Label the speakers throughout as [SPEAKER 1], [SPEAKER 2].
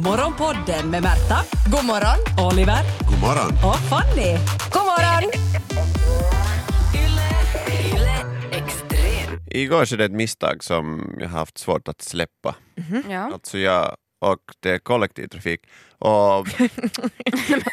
[SPEAKER 1] Morgonpodden med Märta,
[SPEAKER 2] God morgon!
[SPEAKER 1] Oliver
[SPEAKER 3] God morgon.
[SPEAKER 1] och Fanny.
[SPEAKER 2] God morgon!
[SPEAKER 4] Igår skedde ett misstag som jag haft svårt att släppa.
[SPEAKER 5] Ja.
[SPEAKER 4] Alltså jag åkte kollektivtrafik och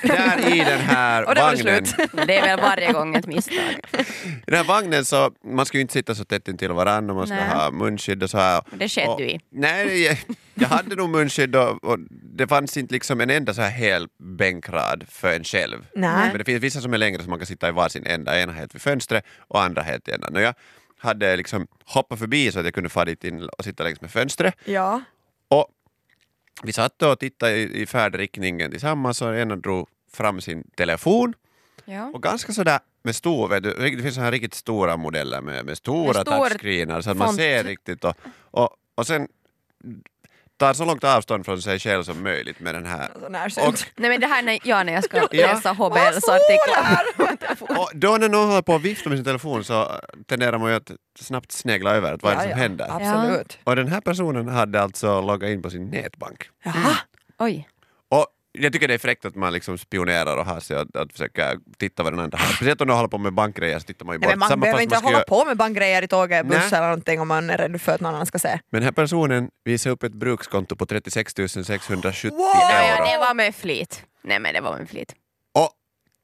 [SPEAKER 4] där i den här
[SPEAKER 5] Och det var det
[SPEAKER 4] vagnen,
[SPEAKER 5] slut. Det är väl varje gång ett misstag.
[SPEAKER 4] i den här vagnen så man ska ju inte sitta så tätt intill varandra, man ska
[SPEAKER 5] Nej.
[SPEAKER 4] ha munskydd och så här.
[SPEAKER 5] Det skedde
[SPEAKER 4] och,
[SPEAKER 5] du i.
[SPEAKER 4] Nej, jag, jag hade nog munskydd och, och det fanns inte liksom en enda så här hel bänkrad för en själv.
[SPEAKER 2] Nej.
[SPEAKER 4] Men det finns vissa som är längre så man kan sitta i varsin ända, ena helt vid fönstret och andra helt i ändan. Och jag hade liksom hoppat förbi så att jag kunde fara dit in och sitta längs med fönstret
[SPEAKER 2] Ja.
[SPEAKER 4] Och vi satt och tittade i, i färdriktningen tillsammans och ena drog fram sin telefon
[SPEAKER 5] Ja.
[SPEAKER 4] och ganska sådär med stor, vet du, det finns så här riktigt stora modeller med, med stora
[SPEAKER 5] Med stor
[SPEAKER 4] touchscreenar så att man
[SPEAKER 5] font.
[SPEAKER 4] ser riktigt och, och, och sen tar så långt avstånd från sig själv som möjligt med den här.
[SPEAKER 2] Så närsynt.
[SPEAKER 5] Nej men det här när jag när jag ska
[SPEAKER 4] Ja.
[SPEAKER 5] läsa
[SPEAKER 2] Vad
[SPEAKER 5] HBLs
[SPEAKER 2] står
[SPEAKER 5] artiklar.
[SPEAKER 2] där?
[SPEAKER 4] Och då när någon håller på att vifta med sin telefon så tenderar man ju att snabbt snegla över att vad är det som
[SPEAKER 2] Ja, ja.
[SPEAKER 4] händer.
[SPEAKER 2] Absolut.
[SPEAKER 4] Och den här personen hade alltså loggat in på sin nätbank.
[SPEAKER 2] Jaha.
[SPEAKER 5] Mm. Oj.
[SPEAKER 4] Och jag tycker det är fräckt att man liksom spionerar och har sig att, att försöka titta vad den andra har. Speciellt om de håller på med bankgrejer så tittar man ju bort.
[SPEAKER 2] Nej, men man
[SPEAKER 4] Samma
[SPEAKER 2] behöver
[SPEAKER 4] fast
[SPEAKER 2] inte
[SPEAKER 4] man ska
[SPEAKER 2] hålla
[SPEAKER 4] göra-
[SPEAKER 2] på med bankgrejer i tåget, buss
[SPEAKER 4] Nej.
[SPEAKER 2] eller någonting om man är rädd för att någon annan ska se.
[SPEAKER 4] Men den här personen visar upp ett brukskonto på 36 670
[SPEAKER 2] Wow!
[SPEAKER 5] Nej, ja,
[SPEAKER 4] euro.
[SPEAKER 5] det var med flit. Nej men det var med flit.
[SPEAKER 4] Och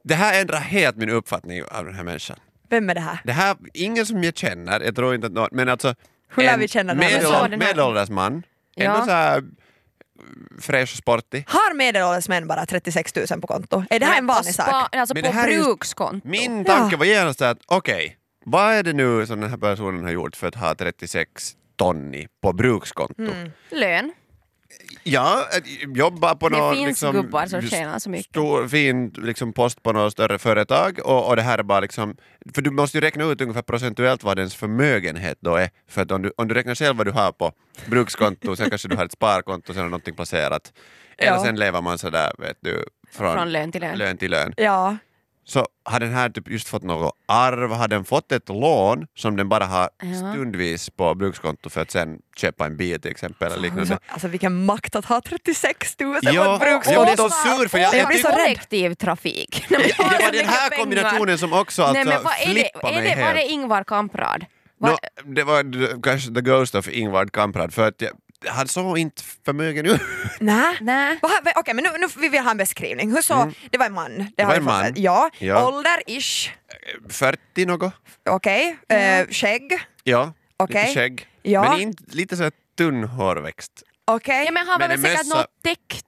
[SPEAKER 4] det här ändrar helt min uppfattning av den här människan.
[SPEAKER 2] Vem är det här?
[SPEAKER 4] Det här, ingen som jag känner, jag tror inte att någon, men alltså
[SPEAKER 2] Hur lär
[SPEAKER 4] en
[SPEAKER 2] vi känna den här
[SPEAKER 4] medel,
[SPEAKER 5] människan?
[SPEAKER 4] medelålders man, ändå
[SPEAKER 5] Ja.
[SPEAKER 4] så här eh, fräsch och sportig.
[SPEAKER 2] Har medelålders män bara 36 000 på konto? Är det här en
[SPEAKER 5] Men på
[SPEAKER 2] vanlig sak?
[SPEAKER 5] spa- Alltså
[SPEAKER 4] Men
[SPEAKER 5] på
[SPEAKER 4] det här är ju- Mm.
[SPEAKER 5] brukskonto.
[SPEAKER 4] Min
[SPEAKER 2] Ja.
[SPEAKER 4] tanke var genast att okej, vad är det nu som den här personen har gjort för att ha 36 tonni på brukskonto?
[SPEAKER 5] Mm. Lön.
[SPEAKER 4] Ja, eh, jobba på
[SPEAKER 5] Det
[SPEAKER 4] någon
[SPEAKER 5] finns
[SPEAKER 4] liksom,
[SPEAKER 5] gubbar som tjänar så mycket.
[SPEAKER 4] Stor, fin liksom, post på något större företag och, och det här är bara liksom, för du måste ju räkna ut ungefär procentuellt vad ens förmögenhet då är, för att om du, om du räknar själv vad du har på brukskonto, sen kanske du har ett sparkonto, sen har någonting placerat, eller
[SPEAKER 2] Ja.
[SPEAKER 4] sen lever man sådär vet du, från,
[SPEAKER 5] Från lön till lön.
[SPEAKER 4] lön till lön.
[SPEAKER 2] Ja.
[SPEAKER 4] Så har den här typ just fått något arv, har den fått ett lån som den bara har
[SPEAKER 5] Ja.
[SPEAKER 4] stundvis på brukskonto för att sen köpa en bil till exempel eller liknande.
[SPEAKER 2] Alltså vilken makt att ha 36 000 på
[SPEAKER 4] Ja,
[SPEAKER 2] ett brukskonto.
[SPEAKER 4] jag blir så sur för jag,
[SPEAKER 2] Jag
[SPEAKER 4] jag
[SPEAKER 2] blir
[SPEAKER 4] tycker
[SPEAKER 2] så rädd.
[SPEAKER 5] Kollektiv trafik. Nej, men
[SPEAKER 4] det
[SPEAKER 5] jag har så
[SPEAKER 4] var den
[SPEAKER 5] Alltså, mycket
[SPEAKER 4] här
[SPEAKER 5] pengar.
[SPEAKER 4] kombinationen som också alltså
[SPEAKER 5] Nej men vad är det?
[SPEAKER 4] flippade
[SPEAKER 5] Är
[SPEAKER 4] mig
[SPEAKER 5] det var det
[SPEAKER 4] helt.
[SPEAKER 5] Ingvar Kamprad? Var-
[SPEAKER 4] Nå, det var d- kanske the ghost of Ingvar Kamprad för att jag, han såg inte förmögen ut.
[SPEAKER 2] Nej.
[SPEAKER 5] Nej.
[SPEAKER 2] Va, va, okej, men nu, nu vill vi ha en beskrivning. Hur så? Det var en man. Det, har
[SPEAKER 4] Mm. var
[SPEAKER 2] vi
[SPEAKER 4] en man.
[SPEAKER 2] fått- Ja.
[SPEAKER 4] Ja.
[SPEAKER 2] Ålder-ish.
[SPEAKER 4] 40 något?
[SPEAKER 2] Okej.
[SPEAKER 5] Mm.
[SPEAKER 2] Eh, skägg.
[SPEAKER 4] Ja,
[SPEAKER 2] Okej.
[SPEAKER 4] lite skägg.
[SPEAKER 2] Ja.
[SPEAKER 4] Men inte, lite så här tunn hårväxt.
[SPEAKER 2] Okej.
[SPEAKER 5] Ja, men han var
[SPEAKER 4] Men
[SPEAKER 5] väl
[SPEAKER 4] en
[SPEAKER 5] säkert
[SPEAKER 4] mössa-
[SPEAKER 5] någon tech...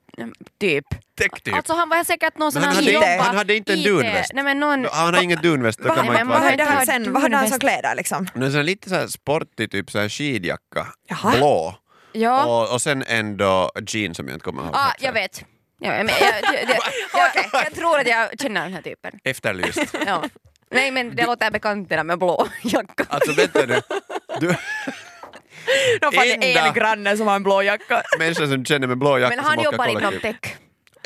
[SPEAKER 5] Typ.
[SPEAKER 4] Täck typ.
[SPEAKER 5] Alltså han var säkert någon
[SPEAKER 4] Men
[SPEAKER 5] som
[SPEAKER 4] han,
[SPEAKER 2] han
[SPEAKER 4] hade,
[SPEAKER 2] jobbar
[SPEAKER 4] inte- han hade inte en
[SPEAKER 5] IT
[SPEAKER 4] dunväst.
[SPEAKER 5] Nej men någon...
[SPEAKER 4] Han har ingen dunväst, då
[SPEAKER 2] Vad
[SPEAKER 4] kan
[SPEAKER 5] Nej,
[SPEAKER 4] man inte
[SPEAKER 5] men
[SPEAKER 2] vad
[SPEAKER 4] vara
[SPEAKER 2] hade
[SPEAKER 5] säker.
[SPEAKER 2] han sen? Vad hade han som kläder liksom?
[SPEAKER 4] Men sen lite så här sportig, typ så här skidjacka,
[SPEAKER 2] Jaha.
[SPEAKER 4] blå.
[SPEAKER 5] Ja.
[SPEAKER 4] Och, och sen ändå jeans som jag inte kommer ihåg.
[SPEAKER 5] Ah, jag vet. Ja, men, jag, jag, jag, jag, jag tror att jag känner den här typen.
[SPEAKER 4] Efterlyst.
[SPEAKER 5] Ja. Nej men det låter bekant det där med blå jacka.
[SPEAKER 4] Alltså vänta nu. Du,
[SPEAKER 2] Nå fanns det
[SPEAKER 4] Enda.
[SPEAKER 2] en granne som har en blå jacka.
[SPEAKER 4] människor som känner med blå jacka
[SPEAKER 5] Men han
[SPEAKER 4] som åker
[SPEAKER 5] jobbar inom
[SPEAKER 4] kollektivt.
[SPEAKER 5] tech.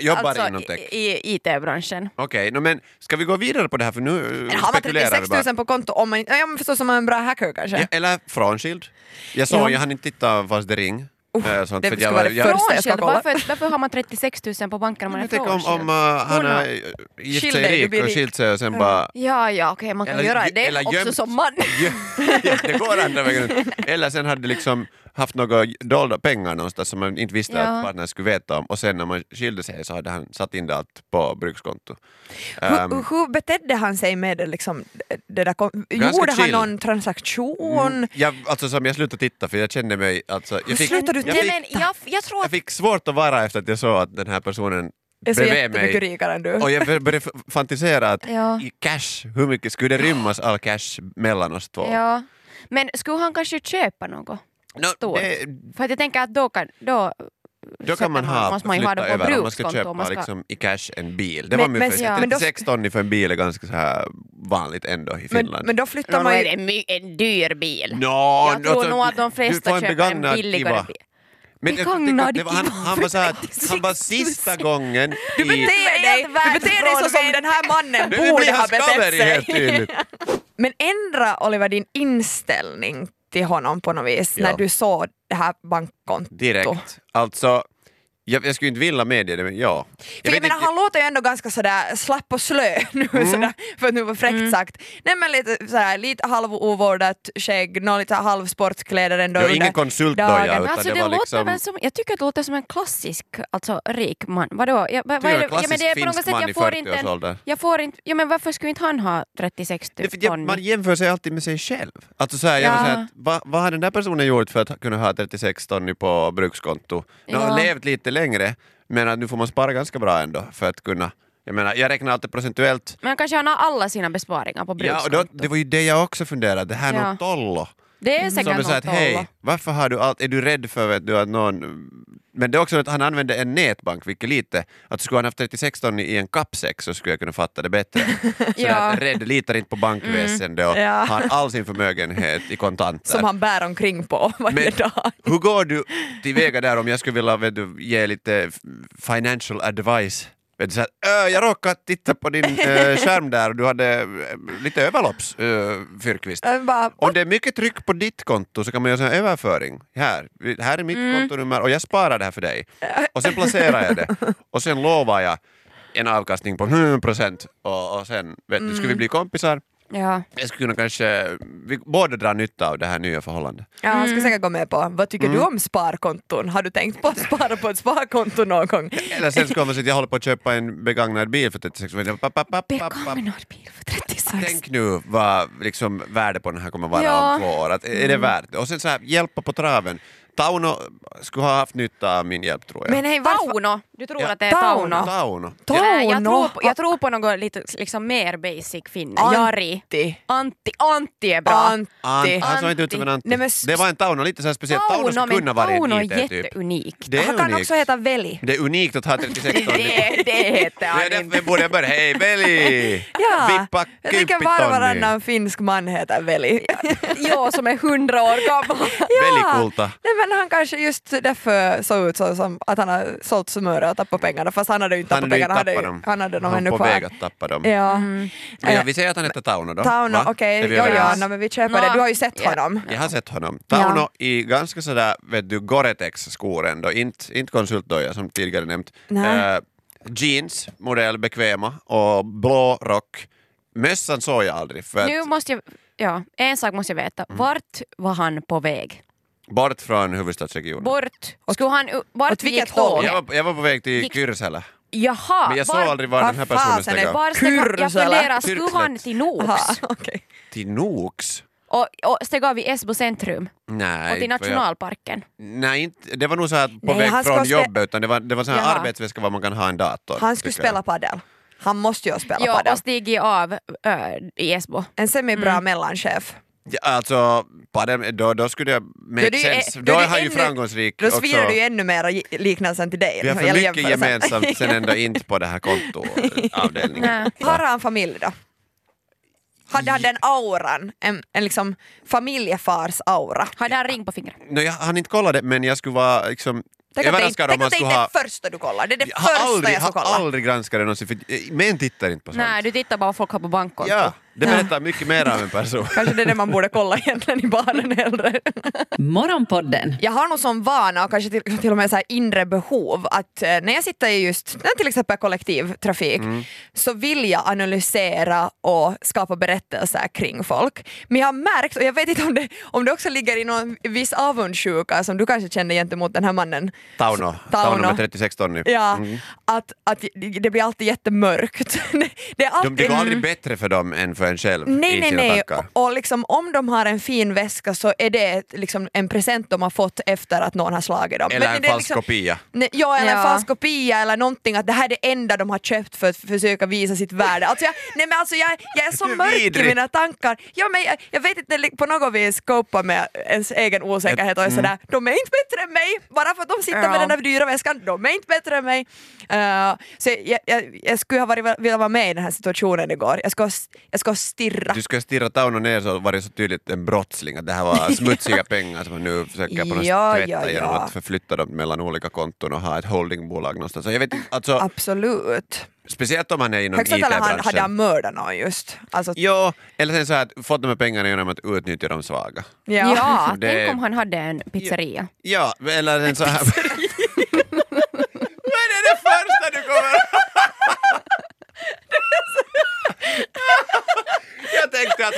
[SPEAKER 4] Jobbar
[SPEAKER 5] alltså
[SPEAKER 4] inom tech.
[SPEAKER 5] i, i IT-branschen.
[SPEAKER 4] Okej, nå men ska vi gå vidare på det här för nu eh,
[SPEAKER 2] Men har man
[SPEAKER 4] spekulerar vi
[SPEAKER 2] 36
[SPEAKER 4] bara.
[SPEAKER 2] 000 på konto om man inte... Ja men förstås som man är en bra hacker kanske.
[SPEAKER 4] Ja, eller frånskild. Jag såg,
[SPEAKER 2] Ja.
[SPEAKER 4] jag hann inte titta fast det ring. Eh, sånt,
[SPEAKER 2] det
[SPEAKER 4] för att
[SPEAKER 2] skulle
[SPEAKER 4] jag
[SPEAKER 2] vara det första. jag ska
[SPEAKER 5] Frånskild,
[SPEAKER 2] kolla.
[SPEAKER 5] varför, varför har man 36 000 på banken om man är
[SPEAKER 4] Tänk om,
[SPEAKER 5] frånskild? Mm.
[SPEAKER 4] om eh, han
[SPEAKER 2] Hon har-
[SPEAKER 4] har eh, gift
[SPEAKER 2] Skild
[SPEAKER 4] sig
[SPEAKER 2] dig, du
[SPEAKER 4] rik
[SPEAKER 2] blir
[SPEAKER 4] och
[SPEAKER 2] rik.
[SPEAKER 4] skilt sig och sen bara...
[SPEAKER 5] Ja, ja, okej, man kan
[SPEAKER 4] Eller-
[SPEAKER 5] göra det
[SPEAKER 4] eller
[SPEAKER 5] också
[SPEAKER 4] gömt.
[SPEAKER 5] som man.
[SPEAKER 4] Ja, det går andra vägen runt. Eller sen hade liksom haft några dolda pengar någonstans som man inte visste
[SPEAKER 5] Ja.
[SPEAKER 4] att partnern skulle veta om och sen när man skilde sig så hade han satt in det allt på brukskonto. Ehm,
[SPEAKER 2] Hur, hur betedde han sig med det, liksom, det där? kon-
[SPEAKER 4] Ganska
[SPEAKER 2] Gjorde han
[SPEAKER 4] chill.
[SPEAKER 2] någon transaktion?
[SPEAKER 4] jag, alltså som jag slutade titta för jag kände mig... Alltså, jag, fick,
[SPEAKER 2] slutade du
[SPEAKER 4] jag, fick,
[SPEAKER 2] titta?
[SPEAKER 5] Nej, men jag, jag tror
[SPEAKER 4] jag fick svårt att vara efter att jag såg att den här personen
[SPEAKER 2] är så
[SPEAKER 4] bredvid
[SPEAKER 2] jättemycket
[SPEAKER 4] mig
[SPEAKER 2] rikare än du.
[SPEAKER 4] och jag började f- fantisera att
[SPEAKER 5] Ja.
[SPEAKER 4] i cash, hur mycket skulle det rymmas all cash mellan oss två?
[SPEAKER 5] Ja. Men skulle han kanske köpa något?
[SPEAKER 4] Nå,
[SPEAKER 5] Stort.
[SPEAKER 4] det,
[SPEAKER 5] För att jag tänker att då kan... Då,
[SPEAKER 4] Då
[SPEAKER 5] sätter
[SPEAKER 4] kan man ha,
[SPEAKER 5] måste man ju ha det
[SPEAKER 4] flytta
[SPEAKER 5] på
[SPEAKER 4] över om man ska
[SPEAKER 5] brukskonto
[SPEAKER 4] köpa
[SPEAKER 5] om man ska-
[SPEAKER 4] liksom, i cash en bil. Det
[SPEAKER 2] Men-
[SPEAKER 4] var min
[SPEAKER 2] men-
[SPEAKER 4] första.
[SPEAKER 5] ja.
[SPEAKER 2] Men då-
[SPEAKER 4] 36 ton för en bil är ganska så här vanligt ändå i
[SPEAKER 2] men,
[SPEAKER 4] Finland.
[SPEAKER 2] men då
[SPEAKER 5] Nå,
[SPEAKER 2] flyttar
[SPEAKER 5] nå
[SPEAKER 2] man
[SPEAKER 5] är
[SPEAKER 2] ju...
[SPEAKER 5] det en, my- en dyr bil.
[SPEAKER 4] Nå,
[SPEAKER 5] jag tror
[SPEAKER 4] alltså,
[SPEAKER 5] nog att de
[SPEAKER 4] du får
[SPEAKER 5] flesta
[SPEAKER 4] en
[SPEAKER 5] köper en
[SPEAKER 4] begagnad
[SPEAKER 5] billigare
[SPEAKER 4] Kiva.
[SPEAKER 5] bil.
[SPEAKER 4] Men jag tycker
[SPEAKER 5] Begagnad
[SPEAKER 4] att det var, han,
[SPEAKER 5] Kiva
[SPEAKER 4] han
[SPEAKER 5] för
[SPEAKER 4] var så här,
[SPEAKER 5] 36
[SPEAKER 4] han var sista gången
[SPEAKER 2] Du
[SPEAKER 4] i...
[SPEAKER 2] beter, dig,
[SPEAKER 5] Helt
[SPEAKER 2] du beter dig så som
[SPEAKER 5] världsfrånvänd.
[SPEAKER 2] den här mannen
[SPEAKER 4] Nu blir
[SPEAKER 2] borde ha
[SPEAKER 4] han
[SPEAKER 2] betett
[SPEAKER 4] skaverig helt
[SPEAKER 2] sig.
[SPEAKER 4] tydligt.
[SPEAKER 2] Men ändra Oliver din inställning till honom på något vis
[SPEAKER 4] Ja.
[SPEAKER 2] när du såg det här bankkontot.
[SPEAKER 4] Direkt. Alltså, Jag, jag skulle inte vilja medge det, men ja. Jag
[SPEAKER 2] För jag,
[SPEAKER 4] vet
[SPEAKER 2] menar,
[SPEAKER 4] inte- Mm.
[SPEAKER 2] han låter ju ändå ganska sådär slapp och slö nu, sådär, för att nu var fräckt sagt. Nej men lite sådär, lite halvovårdat skägg, någon lite halvsportkläder
[SPEAKER 4] Det
[SPEAKER 2] ändå
[SPEAKER 4] var
[SPEAKER 2] under
[SPEAKER 4] ingen konsultdoja
[SPEAKER 2] dagen.
[SPEAKER 4] utan
[SPEAKER 5] Men alltså,
[SPEAKER 4] det
[SPEAKER 5] det
[SPEAKER 4] var
[SPEAKER 5] låter
[SPEAKER 4] liksom...
[SPEAKER 5] väl som, jag tycker att det låter som en klassisk alltså, rik man. Vadå? Jag, vad,
[SPEAKER 4] Du
[SPEAKER 5] vad
[SPEAKER 4] är
[SPEAKER 5] är
[SPEAKER 4] en
[SPEAKER 5] det? Ja, men det är
[SPEAKER 4] klassisk
[SPEAKER 5] på något
[SPEAKER 4] finsk
[SPEAKER 5] sätt,
[SPEAKER 4] man i
[SPEAKER 5] jag får inte... En,
[SPEAKER 4] 40-årsåldern.
[SPEAKER 5] jag får inte ja, men varför skulle inte han ha 36
[SPEAKER 4] Det är för att jag,
[SPEAKER 5] ton?
[SPEAKER 4] man jämför sig alltid med sig själv. Alltså så här, jag
[SPEAKER 5] Ja.
[SPEAKER 4] var så här, att, va, vad har den där personen gjort för att kunna ha 36 ton nu på brukskonto? De har
[SPEAKER 5] Ja.
[SPEAKER 4] levt lite längre, men att nu får man spara ganska bra ändå för att kunna... Jag menar, jag räknar alltid procentuellt.
[SPEAKER 5] Men kanske han har alla sina besparingar på
[SPEAKER 4] Ja, och då,
[SPEAKER 5] brukskontot.
[SPEAKER 4] det var ju det jag också funderade, det här är
[SPEAKER 5] Ja.
[SPEAKER 4] någon tollo.
[SPEAKER 5] det är
[SPEAKER 4] Mm. Som
[SPEAKER 5] säkert
[SPEAKER 4] är så
[SPEAKER 5] något
[SPEAKER 4] att, hej, varför har du allt, är du rädd för vet du, att någon... Men det är också att han använde en nätbank, vilket lite, att skulle han haft 36 ton i en kappsäck så skulle jag kunna fatta det bättre. Så
[SPEAKER 5] Ja.
[SPEAKER 4] att rädd litar inte på bankväsendet och
[SPEAKER 2] Ja.
[SPEAKER 4] har all sin förmögenhet i kontanter.
[SPEAKER 2] Som han bär omkring på varje
[SPEAKER 4] Men
[SPEAKER 2] dag.
[SPEAKER 4] hur går du tillväga där om jag skulle vilja vet du, ge lite f- financial advice? Vet du, så här, "Ö, jag råkade titta på din eh, skärm där och du hade eh, lite överlopps, äh, Fyrkvist.
[SPEAKER 2] Jag bara,
[SPEAKER 4] Om det är mycket tryck på ditt konto så kan man göra en överföring. Här, här är mitt
[SPEAKER 5] Mm.
[SPEAKER 4] kontonummer och jag sparar det här för dig. Och sen placerar jag det. Och sen lovar jag en avkastning på 100 procent. Och, och sen, vet du, ska
[SPEAKER 5] Mm.
[SPEAKER 4] vi bli kompisar?
[SPEAKER 5] Ja.
[SPEAKER 4] Jag skulle kunna kanske, vi båda drar nytta av det här nya förhållandet.
[SPEAKER 2] Ja, han
[SPEAKER 4] Mm.
[SPEAKER 2] ska säkert gå med på. Vad tycker du om sparkonton? Har du tänkt på att spara på ett sparkonto någon gång?
[SPEAKER 4] Eller sen ska man säga att jag håller på att köpa en begagnad bil för 36 men papp, papp, papp, papp, papp.
[SPEAKER 5] Begagnad bil för 36.
[SPEAKER 4] Tänk nu vad liksom värde på den här kommer vara
[SPEAKER 5] Ja.
[SPEAKER 4] om
[SPEAKER 5] Mm.
[SPEAKER 4] två år. Att, är det värt det? Och sen så här, hjälpa på traven. Tauno skulle ha haft nytta av min hjälp tror jag.
[SPEAKER 2] Men hej, varför?
[SPEAKER 5] Tauno! Du tror
[SPEAKER 4] Ja.
[SPEAKER 5] att det är Tauno?
[SPEAKER 2] Tauno.
[SPEAKER 4] Tauno.
[SPEAKER 5] Nej, jag,
[SPEAKER 2] Tauno.
[SPEAKER 5] tror på, jag tror på något lite liksom mer basic finne. Jari.
[SPEAKER 2] Antti.
[SPEAKER 5] Antti. Antti är bra.
[SPEAKER 4] Antti.
[SPEAKER 2] Antti.
[SPEAKER 4] Han såg inte ut som en Antti.
[SPEAKER 2] Nej, men s-
[SPEAKER 4] det var en Tauno, lite så här speciellt. Tauno skulle kunna vara en
[SPEAKER 5] Tauno är
[SPEAKER 4] IT-typ.
[SPEAKER 5] jätteunikt.
[SPEAKER 4] typ- Det
[SPEAKER 2] Han
[SPEAKER 4] är
[SPEAKER 2] kan
[SPEAKER 4] unikt.
[SPEAKER 2] också heta Veli.
[SPEAKER 4] Det är unikt att ha 36 ton.
[SPEAKER 5] Det, det heter
[SPEAKER 4] Det är
[SPEAKER 5] han
[SPEAKER 4] därför vi
[SPEAKER 5] inte.
[SPEAKER 4] borde börja. Hej Veli!
[SPEAKER 2] Ja,
[SPEAKER 4] Vippa
[SPEAKER 2] jag tänker var och varannan finsk man heter Veli.
[SPEAKER 5] Jo, som är hundra år gammal.
[SPEAKER 4] Velikulta.
[SPEAKER 2] Nej men han kanske just därför såg ut så som att han har sålt smör och tappat pengarna fast han hade ju inte
[SPEAKER 4] Han
[SPEAKER 2] tappat
[SPEAKER 4] hade ju tappat
[SPEAKER 2] pengarna, ju-
[SPEAKER 4] dem.
[SPEAKER 2] han hade dem
[SPEAKER 4] Han
[SPEAKER 2] ännu
[SPEAKER 4] på
[SPEAKER 2] kvar.
[SPEAKER 4] väg att tappa dem.
[SPEAKER 2] Ja.
[SPEAKER 5] Mm.
[SPEAKER 4] Men ja,
[SPEAKER 2] Eh,
[SPEAKER 4] vi säger att han heter Tauno då.
[SPEAKER 2] Tauno,
[SPEAKER 4] Va?
[SPEAKER 2] okej,
[SPEAKER 4] Är vi
[SPEAKER 2] jo, ja,
[SPEAKER 4] överens?
[SPEAKER 2] nej, men vi köper
[SPEAKER 5] Nå,
[SPEAKER 2] det. Du har ju sett
[SPEAKER 5] ja.
[SPEAKER 2] honom.
[SPEAKER 4] Jag har sett honom. Tauno i ganska sådär, vet du, Gore-Tex-skor ändå, inte, inte konsultdoja som tidigare nämnt.
[SPEAKER 2] Nej.
[SPEAKER 4] Eh, jeans, modell bekväma och blå rock. Mössan såg jag aldrig för
[SPEAKER 5] Nu
[SPEAKER 4] att,
[SPEAKER 5] måste jag... Ja, en sak måste jag veta.
[SPEAKER 4] Mm.
[SPEAKER 5] Vart var han på väg?
[SPEAKER 4] bort från huvudstadsregionen.
[SPEAKER 5] Bort? Skulle han... Vart
[SPEAKER 2] åt vilket
[SPEAKER 5] gick
[SPEAKER 2] håll?
[SPEAKER 5] tåget?
[SPEAKER 4] jag, var, jag var på väg till
[SPEAKER 5] Gick-
[SPEAKER 4] Kyrsälä,
[SPEAKER 5] Jaha!
[SPEAKER 4] men jag såg
[SPEAKER 5] var-
[SPEAKER 4] aldrig var
[SPEAKER 2] var
[SPEAKER 4] den här personen
[SPEAKER 2] fasen är
[SPEAKER 4] steg av.
[SPEAKER 5] Var steg han, jag
[SPEAKER 2] Kurs, eller?
[SPEAKER 5] funderar, skulle han
[SPEAKER 4] Kyrkslätt.
[SPEAKER 5] till
[SPEAKER 2] Aha,
[SPEAKER 5] Nooks?
[SPEAKER 2] okej.
[SPEAKER 4] Till Nooks?
[SPEAKER 5] Och, och steg av i Esbo centrum?
[SPEAKER 4] Nej.
[SPEAKER 5] Och till
[SPEAKER 4] inte vad jag-
[SPEAKER 5] nationalparken?
[SPEAKER 4] Nej, inte, det var nog så här på
[SPEAKER 2] Nej,
[SPEAKER 4] väg
[SPEAKER 2] han ska
[SPEAKER 4] från
[SPEAKER 2] spela-
[SPEAKER 4] jobbet, utan det var, det var så här
[SPEAKER 2] Jaha.
[SPEAKER 4] arbetsväska var man kan ha en dator.
[SPEAKER 2] Han skulle
[SPEAKER 4] tycker jag.
[SPEAKER 2] spela padel. Han måste ju spela
[SPEAKER 5] Ja,
[SPEAKER 2] padel.
[SPEAKER 5] och Mm. stigit av ö, i Esbo.
[SPEAKER 2] En semibra mellanchef.
[SPEAKER 4] Ja, alltså, padel, då, då skulle jag... Make
[SPEAKER 2] Då är det ju- e-
[SPEAKER 4] sense.
[SPEAKER 2] då är
[SPEAKER 4] Då
[SPEAKER 2] det
[SPEAKER 4] är han ju
[SPEAKER 2] ännu-
[SPEAKER 4] framgångsrik
[SPEAKER 2] Då
[SPEAKER 4] också.
[SPEAKER 2] svider du ju ännu mer liknelsen till dig.
[SPEAKER 4] Vi har för
[SPEAKER 2] eller
[SPEAKER 4] mycket
[SPEAKER 2] jämförelsen.
[SPEAKER 4] gemensamt sen ändå inte på det här kontoavdelningen.
[SPEAKER 5] Nej.
[SPEAKER 2] Har han familj då? Hade han den auran? En, en liksom familjefars-aura?
[SPEAKER 5] Hade han ring på fingret?
[SPEAKER 4] No, jag hann inte kolla det, men jag skulle vara liksom,
[SPEAKER 2] Tänk att det inte
[SPEAKER 4] överraskad
[SPEAKER 2] tänk
[SPEAKER 4] om han skulle
[SPEAKER 2] att det inte är
[SPEAKER 4] ha...
[SPEAKER 2] det första du kollar. Det är det
[SPEAKER 4] Jag har
[SPEAKER 2] första
[SPEAKER 4] aldrig,
[SPEAKER 2] jag ska
[SPEAKER 4] har
[SPEAKER 2] kolla.
[SPEAKER 4] aldrig granskat det någonsin, för eh, män tittar inte på sånt.
[SPEAKER 5] Nej, du tittar bara vad folk har på bankkonto.
[SPEAKER 4] ja, det
[SPEAKER 2] Ja.
[SPEAKER 4] berättar mycket mer om en person.
[SPEAKER 2] Kanske det är det man borde kolla egentligen i baren hellre.
[SPEAKER 1] Morgonpodden
[SPEAKER 2] Jag har nog som vana och kanske till, till och med så här inre behov att eh, när jag sitter i just när till exempel kollektivtrafik
[SPEAKER 4] Mm.
[SPEAKER 2] så vill jag analysera och skapa berättelser kring folk. Men jag har märkt, och jag vet inte om det, om det också ligger i någon viss avundsjuka som du kanske kände gentemot den här mannen.
[SPEAKER 4] Tauno, Tauno med 36 ton nu.
[SPEAKER 2] Ja, att, att det blir alltid jättemörkt. det är
[SPEAKER 4] De,
[SPEAKER 2] alltid...
[SPEAKER 4] det går aldrig bättre för dem än för en själv
[SPEAKER 2] Mm. Nej,
[SPEAKER 4] i
[SPEAKER 2] nej,
[SPEAKER 4] sina
[SPEAKER 2] nej.
[SPEAKER 4] tankar.
[SPEAKER 2] Och, och liksom, om de har en fin väska så är det ett- liksom en present de har fått efter att någon har slagit dem.
[SPEAKER 4] Eller
[SPEAKER 2] Men
[SPEAKER 4] en
[SPEAKER 2] det är liksom-
[SPEAKER 4] falsk kopia.
[SPEAKER 2] Nej, ja, eller en
[SPEAKER 5] Ja.
[SPEAKER 2] falsk kopia eller någonting, att det här är det enda de har köpt för att försöka visa sitt värde. Alltså jag, nej men alltså jag, jag är så
[SPEAKER 4] Du är
[SPEAKER 2] mörk
[SPEAKER 4] vidrig.
[SPEAKER 2] i mina tankar. Ja, men jag, jag vet inte, li- på något vis copa med ens egen
[SPEAKER 4] Mm.
[SPEAKER 2] osäkerhet och är sådär, de är inte bättre än mig, bara för att de sitter
[SPEAKER 5] Ja.
[SPEAKER 2] med den där dyra väskan, de är inte bättre än mig. Eh, så jag, jag, jag skulle ha varit, velat vara med i den här situationen igår, jag ska, jag ska stirra.
[SPEAKER 4] Du ska stirra Tauno ner så var det så tydligt en brottsling att det här var smutsiga pengar som man nu försöker på något
[SPEAKER 2] Ja,
[SPEAKER 4] sätt
[SPEAKER 2] ja,
[SPEAKER 4] tvätta genom
[SPEAKER 2] ja.
[SPEAKER 4] att förflytta dem mellan olika konton och ha ett holdingbolag någonstans. Så jag vet inte, alltså,
[SPEAKER 2] Absolut.
[SPEAKER 4] speciellt om han är inom
[SPEAKER 2] Högst antagligen han- hade han
[SPEAKER 4] IT-branschen.
[SPEAKER 2] mördat någon just. Alltså,
[SPEAKER 4] Ja, eller sen så här, att fått de här pengarna genom att utnyttja de svaga.
[SPEAKER 5] Ja,
[SPEAKER 4] Det-
[SPEAKER 5] tänk om han hade en pizzeria.
[SPEAKER 4] Ja, eller sen så här...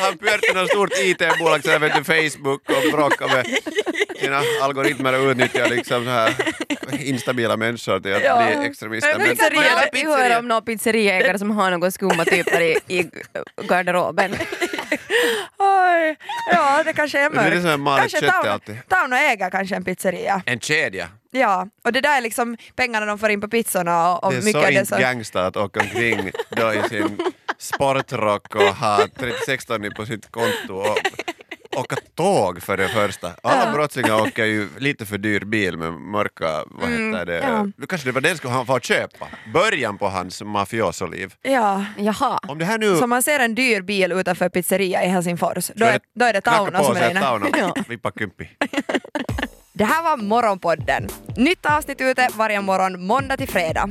[SPEAKER 4] han pyörtade något stort IT-bolag, så här, vet du, Facebook och bråkade med sina algoritmer och utnyttjade liksom så här instabila människor till att
[SPEAKER 2] Ja.
[SPEAKER 4] bli extremister.
[SPEAKER 5] Vi
[SPEAKER 2] Men
[SPEAKER 5] kan
[SPEAKER 2] Pizzeria,
[SPEAKER 5] bara alltid
[SPEAKER 4] pizzeria.
[SPEAKER 5] höra om någon pizzeriaägare som har någon skumma typer i, i garderoben.
[SPEAKER 2] Oj, ja det kanske är
[SPEAKER 4] Det är
[SPEAKER 2] mörkt.
[SPEAKER 4] det som är malet
[SPEAKER 2] kanske
[SPEAKER 4] köttet
[SPEAKER 2] Tauno-
[SPEAKER 4] alltid.
[SPEAKER 2] Tauno äger kanske en pizzeria.
[SPEAKER 4] en kedja.
[SPEAKER 2] Ja, och det där är liksom pengarna de får in på pizzorna och, och
[SPEAKER 4] Det är
[SPEAKER 2] mycket
[SPEAKER 4] så
[SPEAKER 2] av det
[SPEAKER 4] inte
[SPEAKER 2] som...
[SPEAKER 4] gangsta att åka omkring då i sin sportrock och ha 36 ton på sitt konto och åka tåg för det första. Alla brottslingar åker ju lite för dyr bil med mörka, vad
[SPEAKER 2] Mm,
[SPEAKER 4] heter det, kanske det var den skulle han få köpa, början på hans mafioso-liv.
[SPEAKER 2] Ja.
[SPEAKER 5] Jaha.
[SPEAKER 4] Om det här nu...
[SPEAKER 2] Så om man ser en dyr bil utanför pizzeria i Helsingfors,
[SPEAKER 4] så
[SPEAKER 2] då är, då är det
[SPEAKER 4] knacka
[SPEAKER 2] Tauno
[SPEAKER 4] på
[SPEAKER 2] som
[SPEAKER 4] sig,
[SPEAKER 2] är inne.
[SPEAKER 4] Tauno. Vippa kympi.
[SPEAKER 2] Det här var Morgonpodden. Nytt avsnitt ute varje morgon måndag till fredag.